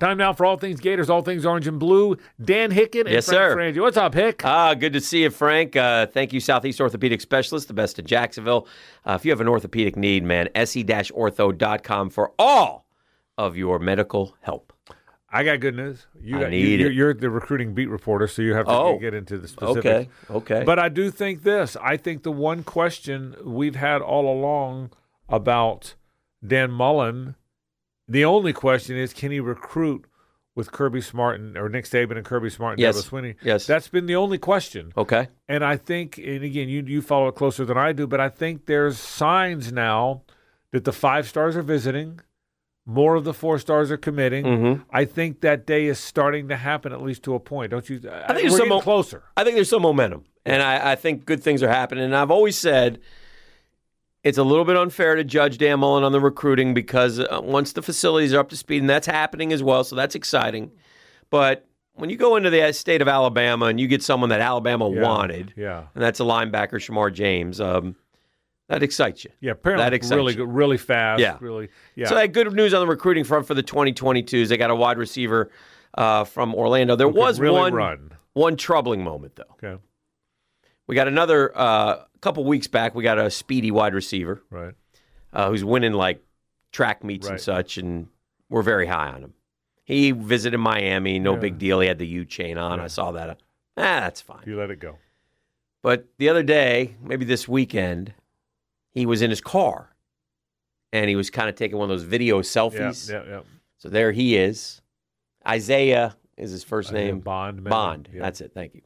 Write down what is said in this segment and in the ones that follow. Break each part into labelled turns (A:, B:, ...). A: Time now for all things Gators, all things orange and blue. Dan Hicken and
B: Yes,
A: Frank
B: sir.
A: Frangio. What's up, Hick?
B: Ah, good to see you, Frank. Uh, thank you, Southeast Orthopedic Specialist, the best in Jacksonville. Uh, if you have an orthopedic need, man, E se-ortho.com for all of your medical help.
A: I got good news. You
B: I
A: got,
B: need
A: you,
B: it.
A: You're the recruiting beat reporter, so you have to
B: Oh.
A: get into the specifics.
B: okay.
A: But I do think this. I think the one question we've had all along about Dan Mullen, the only question is can he recruit with Kirby Smart and or Nick Saban and Kirby Smart and
B: Yes.
A: Dabo Swinney?
B: Yes.
A: That's been the only question.
B: okay.
A: And I think, and again, you you follow it closer than I do, but I think there's signs now that the five stars are visiting, more of the four stars are committing.
B: Mm-hmm.
A: I think that day is starting to happen, at least to a point. Don't you? I
B: think
A: we're
B: there's some
A: getting
B: mo-
A: closer.
B: I think there's some momentum, and I, I think good things are happening. And I've always said it's a little bit unfair to judge Dan Mullen on the recruiting because uh, once the facilities are up to speed, and that's happening as well, so that's exciting. But when you go into the state of Alabama and you get someone that Alabama
A: Yeah.
B: wanted,
A: Yeah.
B: and that's a linebacker, Shamar James, um, that excites you.
A: Yeah, apparently
B: That excites
A: really
B: you.
A: good, really fast.
B: Yeah.
A: really. Yeah,
B: So, I had good news on the recruiting front for the 2022s. They got a wide receiver uh, from Orlando. There
A: Could
B: was
A: really
B: one
A: run.
B: one troubling moment though.
A: Okay,
B: We got another uh, couple weeks back. We got a speedy wide receiver
A: right.
B: uh, who's winning like track meets
A: Right.
B: and such, and we're very high on him. He visited Miami, no
A: Yeah.
B: big deal. He had the U chain on. I saw that. Ah, that's fine.
A: You let it go.
B: But the other day, maybe this weekend, he was in his car, and he was kind of taking one of those video
A: Yeah,
B: selfies.
A: yeah, yeah.
B: So there he is. Isaiah is his first
A: Isaiah
B: name.
A: Bond, maybe?
B: Bond.
A: Yeah.
B: That's it. Thank you.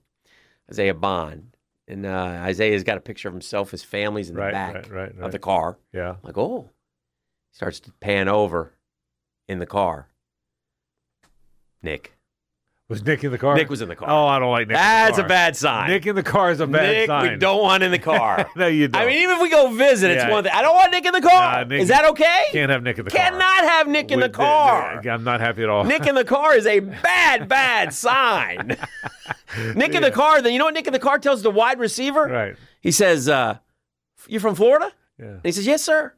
B: Isaiah Bond. And uh, Isaiah's got a picture of himself. His family's in the
A: Right,
B: back
A: right, right,
B: of
A: right.
B: the car.
A: Yeah,
B: I'm like, oh. Starts to pan over in the car. Nick.
A: was Nick in the car?
B: Nick was in the car.
A: Oh, I don't like Nick. in the
B: That's a
A: car.
B: bad sign.
A: Nick in the car is a bad
B: Nick,
A: sign.
B: we don't want in the car.
A: No, you
B: I
A: don't.
B: mean, even if we go visit, it's
A: Yeah.
B: one thing. I don't want Nick in the car.
A: Nah, Nick-
B: is that okay?
A: Can't have Nick in the car.
B: Cannot have Nick in
A: We-
B: the car.
A: I'm not happy at all.
B: Nick in the car is a bad, bad sign. Nick in the car, then you know what Nick in the car tells the wide receiver?
A: right?
B: He says, uh, You're from Florida?
A: Yeah,
B: And he says, Yes, sir.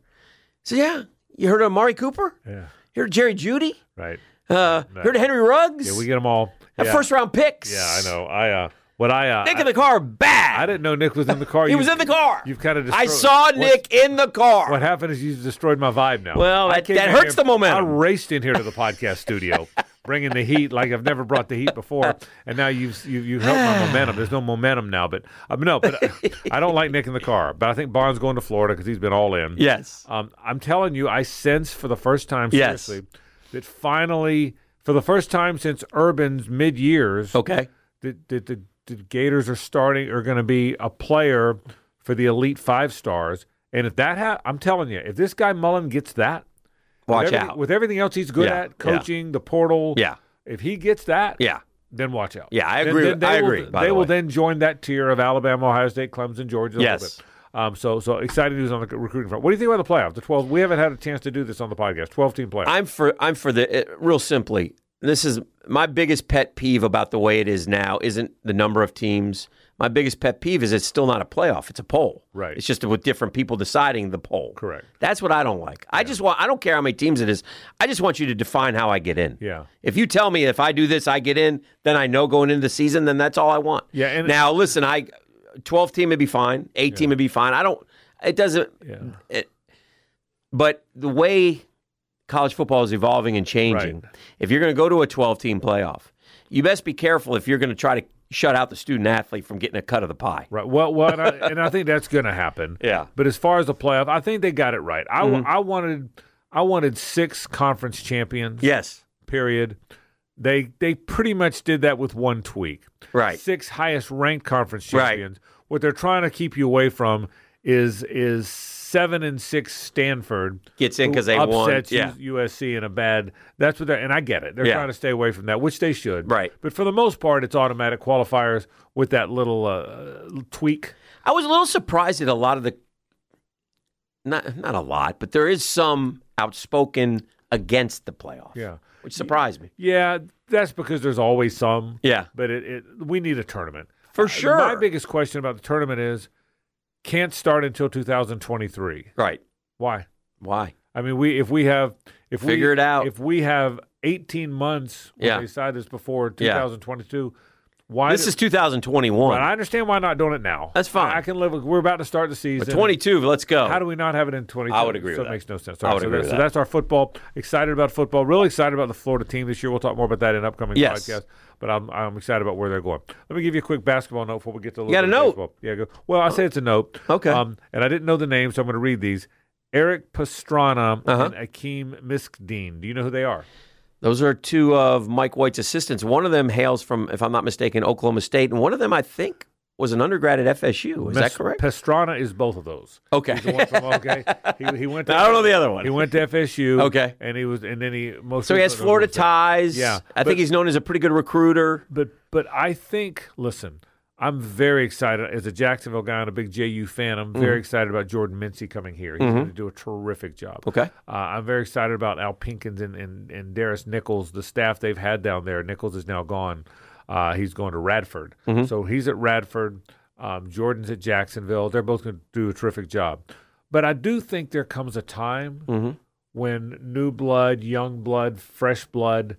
B: He says, Yeah. You heard of Amari Cooper?
A: yeah,
B: You heard of Jerry Judy?
A: right.
B: Uh,
A: No.
B: Heard of Henry Ruggs?
A: Yeah, we get them all.
B: Have
A: yeah.
B: first round picks.
A: Yeah, I know. I uh, what I uh,
B: Nick
A: I,
B: in the car, bad.
A: I didn't know Nick was in the car.
B: he
A: You-
B: was in the car.
A: You've kind of
B: I
A: destroyed.
B: saw
A: what's-
B: Nick in the car.
A: What happened is you destroyed my vibe now.
B: Well,
A: I
B: that-
A: came
B: that
A: in
B: hurts
A: here-
B: the momentum.
A: I raced in here to the podcast studio, bringing the heat like I've never brought the heat before, and now you've you, you've helped my momentum. There's no momentum now, but um, no, but uh, I don't like Nick in the car. But I think Bond's going to Florida because he's been all in.
B: Yes.
A: Um, I'm telling you, I sense for the first time,
B: Yes.
A: seriously, that finally, for the first time since Urban's mid years,
B: Okay.
A: that the, the, the Gators are starting are going to be a player for the elite five stars. And if that, ha- I'm telling you, if this guy Mullen gets that,
B: Watch
A: with everything,
B: out.
A: with everything else he's good
B: Yeah,
A: at,
B: yeah.
A: coaching, the portal,
B: Yeah.
A: If he gets that,
B: Yeah.
A: then watch out.
B: Yeah, I
A: Then-
B: agree
A: Then,
B: with-
A: they
B: I
A: will,
B: agree, by
A: they
B: the
A: will
B: way.
A: then join that tier of Alabama, Ohio State, Clemson, Georgia. a little
B: Yes.
A: bit. Um, so, so exciting news on the recruiting front. What do you think about the playoff? The twelve. We haven't had a chance to do this on the podcast. Twelve team playoff.
B: I'm for I'm for the it, real simply. This is my biggest pet peeve about the way it is now. Isn't the number of teams? My biggest pet peeve is it's still not a playoff. It's a poll.
A: Right.
B: It's just with different people deciding the poll.
A: Correct.
B: That's what I don't like. I just want. I don't care how many teams it is. I just want you to define how I get in.
A: Yeah.
B: If you tell me if I do this, I get in, then I know going into the season, then that's all I want.
A: Yeah, and-
B: now listen, I twelve team would be fine. Eight team would be fine. I don't. It doesn't.
A: Yeah.
B: It, but the way college football is evolving and changing,
A: Right.
B: if you're going to go to a 12 team playoff, you best be careful if you're going to try to shut out the student athlete from getting a cut of the pie.
A: Right. Well, well, and I, and I think that's going to happen.
B: Yeah. Mm-hmm.
A: But as far as the playoff, I think they got it right. I, w- I wanted, I wanted six conference champions.
B: Yes.
A: Period. They they pretty much did that with one tweak.
B: Right.
A: Six highest ranked conference
B: Right.
A: champions. What they're trying to keep you away from is is seven and six Stanford
B: Gets in
A: who
B: 'cause they won.
A: upsets
B: Yeah.
A: U- USC in a bad. That's what they're and I get it. They're
B: Yeah.
A: trying to stay away from that, which they should.
B: Right.
A: But for the most part, it's automatic qualifiers with that little uh, tweak.
B: I was a little surprised at a lot of the, not, not a lot, but there is some outspoken against the playoff.
A: Yeah.
B: Which surprised me.
A: Yeah, that's because there's always some.
B: Yeah.
A: But it, it we need a tournament.
B: For
A: Uh,
B: sure.
A: My biggest question about the tournament is can't start until 2023.
B: Right.
A: Why?
B: Why?
A: I mean, we if we have if
B: Figure
A: we,
B: it out.
A: If we have 18 months when
B: Yeah.
A: they decided this before
B: Yeah.
A: 2022. Why?
B: This
A: do-
B: is 2021.
A: and I understand why not doing it now.
B: That's fine.
A: I, I can live. with- We're about to start the season.
B: but 22, let's go.
A: How do we not have it in 22?
B: I would agree
A: So
B: with
A: it
B: that.
A: makes no sense.
B: I
A: All
B: would
A: so,
B: agree
A: that-
B: with
A: so
B: that.
A: that's our football. Excited about football. Really excited about the Florida team this year. We'll talk more about that in upcoming
B: Yes.
A: podcasts. But I'm, I'm excited about where they're going. Let me give you a quick basketball note before we get to a little
B: got
A: bit
B: a
A: of
B: note?
A: baseball. Yeah, go. Well, I say it's a note.
B: Okay.
A: Um, and I didn't know the name, so I'm going to read these. Eric Pastrana
B: Uh-huh.
A: and Akeem Miskdean. Do you know who they are?
B: Those are two of Mike White's assistants. One of them hails from, if I'm not mistaken, Oklahoma State, and one of them, I think, was an undergrad at FSU. Is that
A: Mis-
B: correct?
A: Pastrana is both of those.
B: Okay.
A: He's the one from okay. He, he went. To,
B: I don't know the other
A: He
B: one.
A: went to FSU.
B: Okay.
A: and he was, and then he most.
B: So he has
A: recently-
B: Florida ties.
A: Yeah,
B: I
A: but-
B: think he's known as a pretty good recruiter.
A: But but I think listen, I'm very excited as a Jacksonville guy and a big JU fan. I'm very excited about Jordan Mincy coming here. He's going to do a terrific job.
B: Okay.
A: Uh, I'm very excited about Al Pinkins and, and, and Darius Nichols, the staff they've had down there. Nichols is now gone. Uh, he's going to Radford. So he's at Radford. Um, Jordan's at Jacksonville. They're both going to do a terrific job. But I do think there comes a time when new blood, young blood, fresh blood.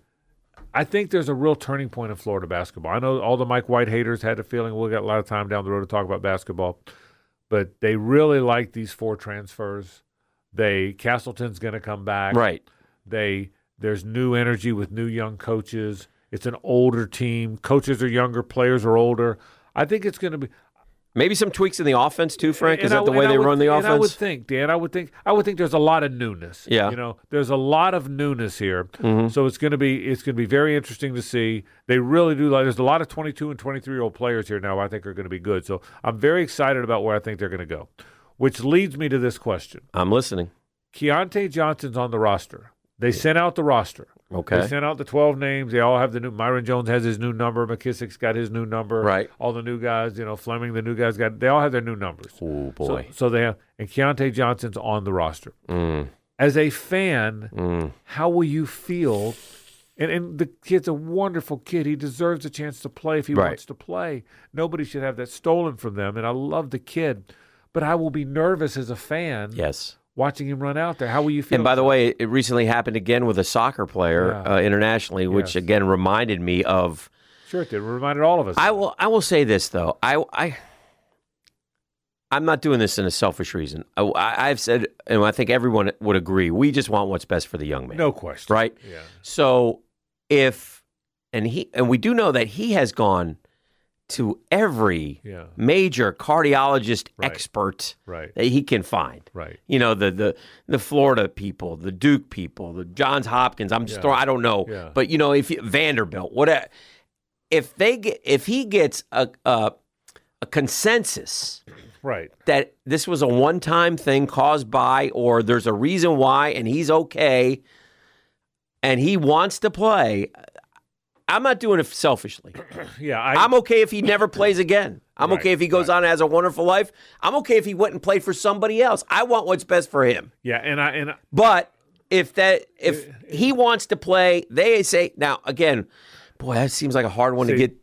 A: I think there's a real turning point in Florida basketball. I know all the Mike White haters had a feeling we'll get a lot of time down the road to talk about basketball, but they really like these four transfers. They Castleton's going to come back.
B: Right.
A: They there's new energy with new young coaches. It's an older team. Coaches are younger. Players are older. I think it's going to be
B: Maybe some tweaks in the offense too, Frank.
A: and
B: Is that
A: I-
B: the
A: and
B: way
A: I
B: they
A: would-
B: run the
A: and I would
B: offense?
A: think, Dan. I would think. I would think there's a lot of newness.
B: Yeah. Mm-hmm.
A: You know, there's a lot of newness here. So it's going to be it's going to be very interesting to see. They really do. Like, there's a lot of 22 and 23 year old players here now. I think are going to be good. So I'm very excited about where I think they're going to go. Which leads me to this question:
B: I'm listening.
A: Keontae Johnson's on the roster. They sent out the roster. They
B: Okay.
A: sent out the 12 names. They all have the new. Myron Jones has his new number. McKissick's got his new number.
B: Right.
A: All the new guys, you know, Fleming, the new guys got. They all have their new numbers.
B: Oh
A: So-
B: boy.
A: So, they have, and Keontae Johnson's on the roster.
B: Mm,
A: As a fan,
B: mm.
A: how will you feel? And, and the kid's a wonderful kid. He deserves a chance to play if he
B: Right.
A: wants to play. Nobody should have that stolen from them. And I love the kid, but I will be nervous as a fan
B: Yes.
A: watching him run out there. How will you feel?
B: And by the way, it recently happened again with a soccer player
A: Yeah.
B: uh, internationally, which
A: Yes.
B: again reminded me of.
A: sure, it did. It reminded all of us.
B: I will. I will say this though. I. I I'm not doing this in a selfish reason. I, I- I've said, and I think everyone would agree. We just want what's best for the young man,
A: no question.
B: right?
A: Yeah.
B: So if and he and we do know that he has gone to every
A: Yeah.
B: major cardiologist
A: Right.
B: expert
A: Right.
B: that he can find.
A: Right.
B: You know the the the Florida people, the Duke people, the Johns Hopkins. I'm just
A: Yeah.
B: throwing. I don't know,
A: Yeah.
B: but you know if you, Vanderbilt, whatever. If they get if he gets a a, a consensus
A: Right.
B: that this was a one time thing caused by, or there's a reason why, and he's okay, and he wants to play. I'm not doing it selfishly.
A: Yeah. I,
B: I'm okay if he never plays again. I'm
A: Right,
B: okay if he goes on and has a wonderful life. I'm okay if he went and played for somebody else. I want what's best for him.
A: yeah. And I and I-
B: But if that if he wants to play, they say now again, boy, that seems like a hard one to
A: See,
B: get.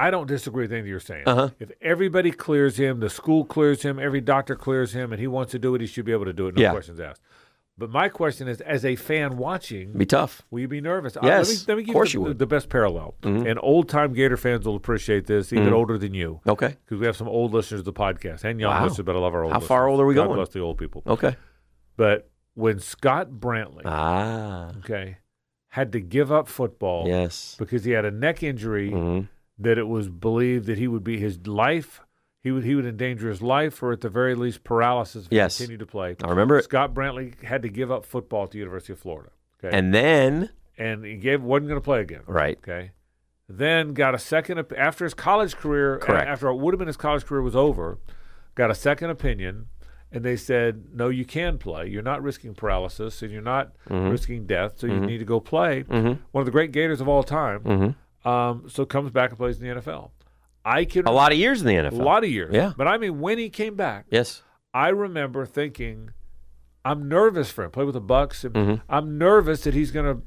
A: I don't disagree with anything you're saying.
B: Uh-huh.
A: If everybody clears him, the school clears him, every doctor clears him, and he wants to do it, he should be able to do it. No
B: Yeah.
A: questions asked. But my question is, as a fan watching,
B: Be tough.
A: will you be nervous? Uh, let
B: Yes,
A: me, let me
B: of
A: give
B: course
A: you
B: you
A: the,
B: would. Mm-hmm.
A: the best parallel. And old time Gator fans will appreciate this, even older than you,
B: Okay.
A: because we have some old listeners to the podcast and young
B: Wow.
A: listeners, but I love our old
B: How far
A: listeners.
B: old are we
A: God
B: going?
A: bless the old people.
B: Okay.
A: But when Scott Brantley,
B: Ah.
A: okay, had to give up football
B: Yes.
A: because he had a neck injury
B: Mhm.
A: that it was believed that he would be his life. He would he would endanger his life, or at the very least, paralysis if
B: Yes.
A: he continued to play.
B: I remember it.
A: Scott Brantley had to give up football at the University of Florida. Okay, and,
B: And then
A: he gave wasn't going to play again.
B: right.
A: Okay, then got a second op- after his college career. a-
B: Correct.
A: After what would have been his college career was over, got a second opinion, and they said, "No, you can play. You're not risking paralysis, and you're not
B: Mm-hmm.
A: risking death. So you need to go play." One of the great Gators of all time. Um, so comes back and plays in the NFL. I can
B: Mm-hmm. A lot of years in the NFL.
A: a lot of years.
B: Yeah.
A: But I mean, when he came back,
B: Yes.
A: I remember
B: Mm-hmm.
A: thinking, I'm nervous for him. Play with the Bucks. And I'm nervous that he's going to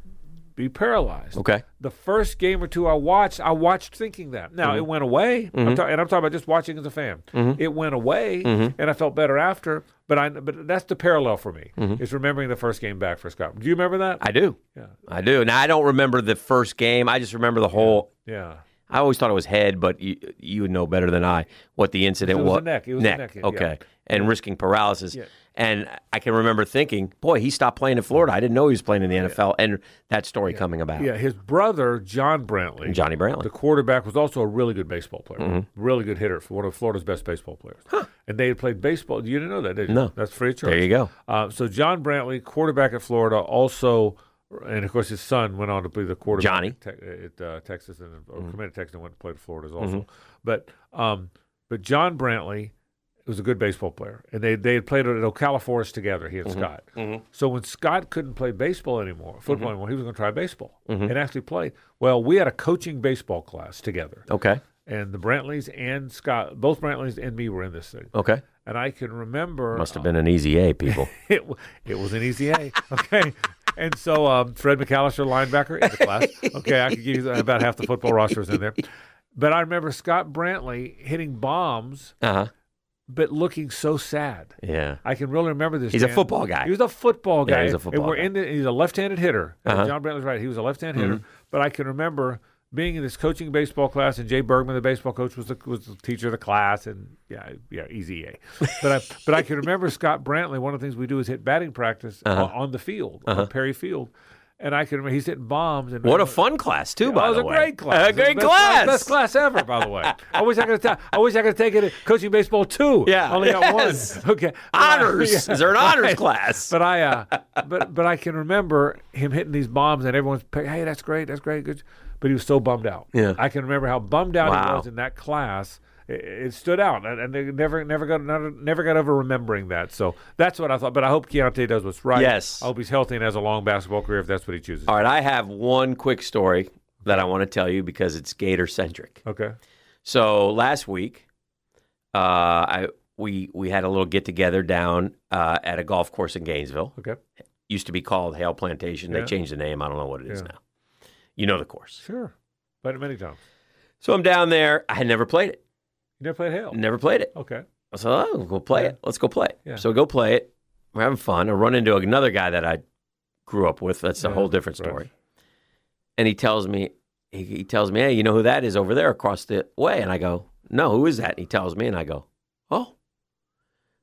A: be paralyzed.
B: Okay.
A: The first game or two I watched, I watched thinking that.
B: Mm-hmm.
A: Now it went away, I'm ta- and I'm talking about just watching as a fan. It went away,
B: Mm-hmm.
A: and I felt better after. But I, but that's the parallel for me is remembering the first game back for Scott. Do you remember that?
B: Mm-hmm. I do.
A: Yeah.
B: I do. Now I don't remember the first game. I just remember the whole.
A: yeah.
B: I always thought it was head, but you, you would know better than I what the incident
A: It was
B: wa-
A: the neck. It was the neck, yeah.
B: Okay. And risking paralysis. And I can remember thinking, boy, he stopped playing in Florida. I didn't know he was playing in the NFL. And that story coming about.
A: Yeah, his brother John Brantley,
B: Johnny Brown.
A: the quarterback, was also a really good baseball player,
B: Mm-hmm.
A: really good hitter for one of Florida's best baseball players. And they had played baseball. You didn't know that, did you?
B: No.
A: that's free of charge.
B: There you go.
A: Uh, so John Brantley, quarterback at Florida, also, and of course his son went on to be the quarterback
B: Johnny. Mm-hmm.
A: at, Te- at uh, Texas and or committed to Texas and went to play at Florida's also. But um, but John Brantley was a good baseball player, and they they had played at Ocala Forest together. He and
B: Mm-hmm.
A: Scott. So when Scott couldn't play baseball anymore,
B: Mm-hmm.
A: football anymore, he was going to try baseball and actually play. Well, we had a coaching baseball class together,
B: Okay.
A: and the Brantleys and Scott, both Brantleys and me were in this thing.
B: Okay.
A: And I can remember
B: Must have been an easy A, people.
A: it, w- it was an easy A. Okay. And so um, Fred McAllister, linebacker in the class. Okay, I could give you the- about half the football rosters in there. But I remember Scott Brantley hitting bombs,
B: Uh huh.
A: but looking so sad.
B: Yeah.
A: I can really remember this.
B: He's a
A: Dan.
B: football guy.
A: He was a football
B: Yeah,
A: guy.
B: he's a football
A: and we're
B: guy.
A: in the, he's a left-handed hitter.
B: Uh-huh. Mm-hmm.
A: John Brantley's right. He was a left-handed hitter. But I can remember being in this coaching baseball class, and Jay Bergman, the baseball coach, was the, was the teacher of the class, and yeah, yeah, easy A. But I but I can remember Scott Brantley. One of the things we do is hit batting practice
B: Uh-huh.
A: on- on the field, on Perry Field, and I can remember he's hitting bombs. And
B: What a fun class, too, by
A: that was
B: the
A: a
B: way.
A: great class.
B: A great
A: best
B: class.
A: Best class ever, by the way. I wish I could have. I wish I could have taken it coaching baseball too.
B: Yeah.
A: only got
B: Yes.
A: one. Okay,
B: Honors.
A: Yeah.
B: Is there an honors
A: Right.
B: class?
A: But I, uh, but but I can remember him hitting these bombs, and everyone's pe- hey, that's great, that's great, good. But he was so bummed out.
B: Yeah.
A: I can remember how bummed out he
B: Wow.
A: was in that class. It, it stood out, and, and they never never got never, never got over remembering that. So that's what I thought. But I hope Keontae does what's right.
B: Yes.
A: I hope he's healthy and has a long basketball career if that's what he chooses.
B: All right, I have one quick story that I want to tell you because it's Gator centric.
A: Okay.
B: So last week, uh, I we we had a little get together down uh, at a golf course in Gainesville.
A: Okay.
B: Used to be called Hale Plantation.
A: Yeah.
B: They changed the name. I don't know what it is
A: Yeah.
B: now. You know the course.
A: Sure. Played it many times.
B: So I'm down there. I had never played it.
A: You never played Hale.
B: Never played it.
A: Okay.
B: So oh, we'll go play
A: Yeah.
B: it. Let's go play it.
A: Yeah.
B: So we go play it. We're having fun. I run into another guy that I grew up with. That's a
A: Yeah,
B: whole different
A: right.
B: story. And he tells me, he, he tells me, hey, you know who that is over there across the way? And I go, no, who is that? And he tells me, and I go, oh,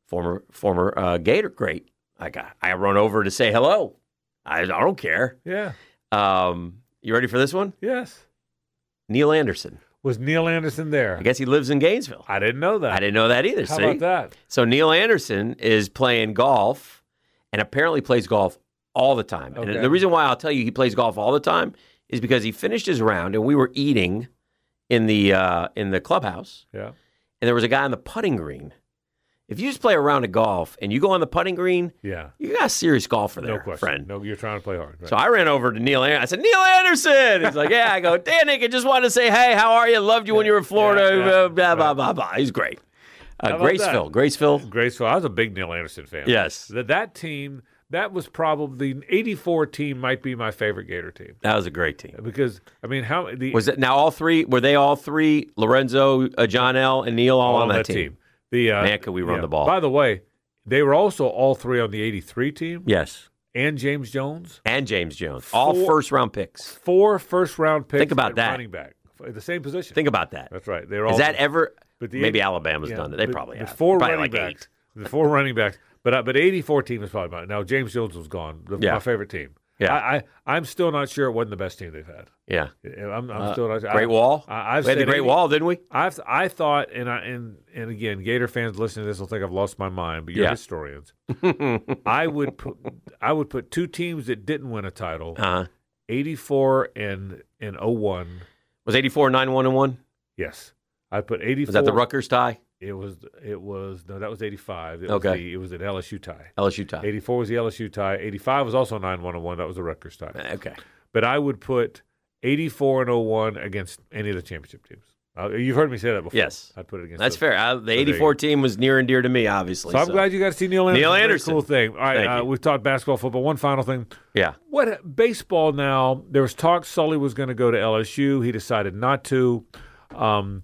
B: former former uh, Gator great. I got. I run over to say hello. I, I don't care.
A: Yeah.
B: Um, you ready for this one?
A: Yes.
B: Neil Anderson.
A: Was Neil Anderson there?
B: I guess he lives in Gainesville.
A: I didn't know that.
B: I didn't know that either.
A: How
B: see?
A: about that?
B: So Neil Anderson is playing golf and apparently plays golf all the time.
A: Okay.
B: And the reason why I'll tell you he plays golf all the time is because he finished his round and we were eating in the uh, in the clubhouse
A: Yeah.
B: and there was a guy on the putting green. If you just play a round of golf and you go on the putting green,
A: Yeah.
B: you got a serious golfer there,
A: No question.
B: friend.
A: No, you're trying to play hard. Right.
B: So I ran over to Neil Anderson. I said, Neil Anderson. He's like, Yeah. I go, Dan I just wanted to say, Hey, how are you? Loved you when you were in Florida.
A: Yeah, yeah.
B: blah, blah, blah, blah. He's great. Uh,
A: about that?
B: Graceville. Graceville.
A: Graceful. I was a big Neil Anderson fan.
B: Yes.
A: That that team. That was probably the '84 team. Might be my favorite Gator team
B: That was a great team.
A: because I mean, how the
B: Was it now all three? Were they all three? Lorenzo, uh, John L, and Neil all,
A: all
B: on that, team.
A: The uh,
B: Man, could we run the ball.
A: By the way, they were also all three on the '83 team
B: Yes,
A: and James Jones.
B: and James Jones, all
A: Four-
B: first round picks.
A: Four first round picks.
B: Think about
A: at
B: that.
A: Running back. At the same position.
B: Think about that.
A: That's right. They're all.
B: Is that ever?
A: But the
B: Maybe
A: eight-
B: Alabama's
A: yeah,
B: done it. They
A: but-
B: probably
A: but
B: have.
A: Four
B: probably
A: running
B: like
A: backs. The four running backs. But uh, but 84 team is probably mine. Now James Jones was gone. The,
B: Yeah.
A: My favorite team.
B: Yeah.
A: I, I I'm still not sure it wasn't the best team they've had.
B: eight. Yeah,
A: I'm, I'm still not sure.
B: Uh, Great
A: I,
B: Wall.
A: I, I've
B: we had the
A: said
B: Great
A: 80
B: Wall, didn't we?
A: I've I thought and I and and again Gator fans listening to this will think I've lost my mind, but you're
B: Yeah.
A: historians. I would put I would put two teams that didn't win a title,
B: Uh,
A: 84 and and 01.
B: was 84, 9, 1, and 1?
A: Yes. I put 84
B: Was that the Rutgers tie?
A: It was it was no, that was eighty five. It
B: Okay.
A: was the, it was an LSU tie.
B: LSU tie.
A: Eighty four was the LSU tie. Eighty five was also nine one one. That was the Rutgers tie.
B: Uh, Okay.
A: oh But I would put eighty four and 01 against any of the championship teams. Uh, you've heard me say that before.
B: Yes.
A: I'd put it against.
B: That's
A: those.
B: fair. I, the
A: you
B: '84 team was near and dear to me, obviously.
A: So I'm glad you got to see Neil Anderson.
B: Neil
A: Very
B: Anderson.
A: Cool thing. All
B: Thank
A: right, uh,
B: you.
A: we've talked basketball, football. One final thing.
B: Yeah.
A: What baseball now? There was talk Sully was going to go to LSU. He decided not to. Um,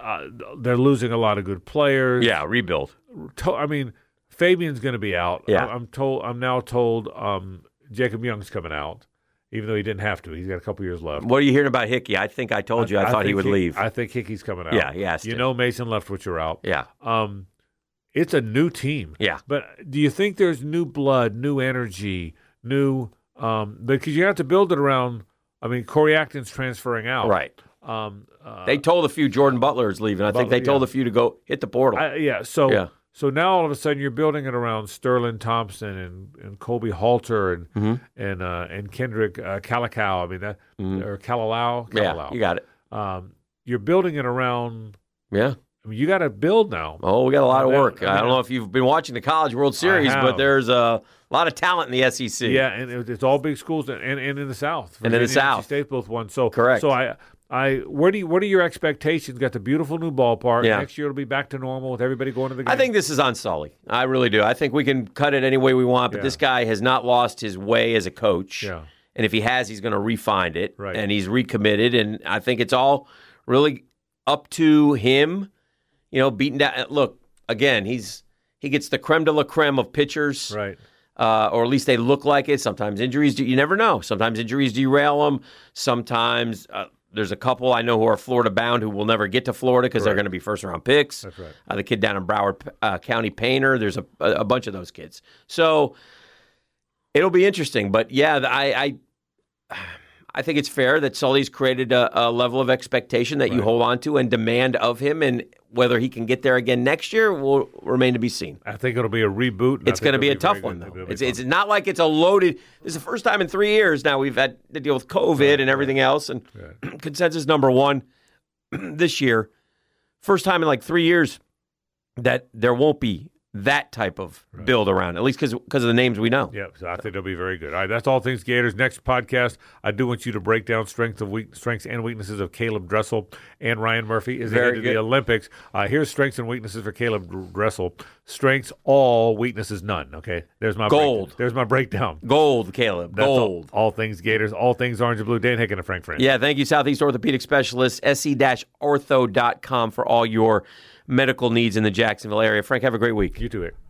A: uh, they're losing a lot of good players.
B: Yeah. Rebuild.
A: to- I mean, Fabian's going to be out.
B: Yeah.
A: I- I'm told. I'm now told um, Jacob Young's coming out, even though he didn't have to. He's got a couple years left.
B: What are you hearing about Hickey? I think I told you. I, thought he
A: think
B: would leave.
A: I think Hickey's coming out.
B: Yeah, he asked
A: You
B: it.
A: know, Mason Leftwich are out.
B: yeah.
A: Um, it's a new team.
B: Yeah.
A: But do you think there's new blood, new energy, new? Um, because you have to build it around. I mean, Corey Acton's transferring out.
B: Right.
A: Um, Oh, uh,
B: They told a few Jordan Butler is leaving. I think
A: Butler,
B: they told a few to go hit the portal.
A: I, yeah. So
B: Yeah.
A: so now all of a sudden you're building it around Sterling Thompson and, and Colby Halter and
B: Mm-hmm.
A: and uh, and Kendrick uh, Calicow. I mean that or Calilau.
B: yeah, you got it.
A: um, you're building it around.
B: Yeah.
A: I mean, you got to build now.
B: Oh, we got a lot of
A: Yeah,
B: work.
A: I
B: I don't
A: mean-
B: know if you've been watching the College World Series,
A: have.
B: but there's a lot of talent in the E SEC.
A: Yeah, and it, it's all big schools and, and, and in the South.
B: And in the
A: Virginia NC
B: South.
A: State both won. So
B: Correct.
A: So I. I where do you, what are your expectations? Got the beautiful new ballpark.
B: Yeah.
A: Next year it'll be back to normal with everybody going to the game.
B: I think this is on Sully. I really do. I think we can cut it any way we want, but
A: Yeah.
B: this guy has not lost his way as a coach.
A: Yeah.
B: And if he has, he's going to refind it.
A: Right.
B: And he's recommitted. And I think it's all really up to him, you know, beating down. Look, again, he's he gets the creme de la creme of pitchers.
A: right.
B: uh, or at least they look like it. Sometimes injuries, do, you never know. Sometimes injuries derail them. Sometimes uh, there's a couple I know who are Florida bound who will never get to Florida because they're
A: Right.
B: going to be first round picks.
A: That's right.
B: Uh, the kid down in Broward uh, County, Painter. There's a, a, a bunch of those kids. So it'll be interesting. But yeah, the- I. I I think it's fair that Sully's created a, a level of expectation that you hold on to and demand of him, and whether he can get there again next year will remain to be seen.
A: I think it'll be a reboot. and I
B: It's
A: think it'll
B: going to be a
A: very
B: tough
A: good.
B: one,
A: It'll be
B: though.
A: fun.
B: It's, it's not like it's a loaded. This is the first time in three years now we've had to deal with COVID and everything else. And consensus number one this year, first time in like three years that there won't be that type of build around, at least because of the names we know.
A: Yep, so I think they'll be very good. All right, that's all things Gators. Next podcast, I do want you to break down strengths of weak, strengths and weaknesses of Caleb Dressel and Ryan Murphy as they
B: Very
A: head to the
B: good.
A: Olympics. Uh, here's strengths and weaknesses for Caleb Dr- Dressel. Strengths all, weaknesses none. Okay, there's my break-
B: Gold.
A: there's my breakdown.
B: Gold, Caleb.
A: That's all-
B: gold.
A: All, things Gators. All things orange and blue. Dan Hicken and Frank Fran.
B: Yeah, thank you, Southeast Orthopedic Specialist, E se-ortho.com for all your medical needs in the Jacksonville area. Frank, have a great week.
A: you too, Eric.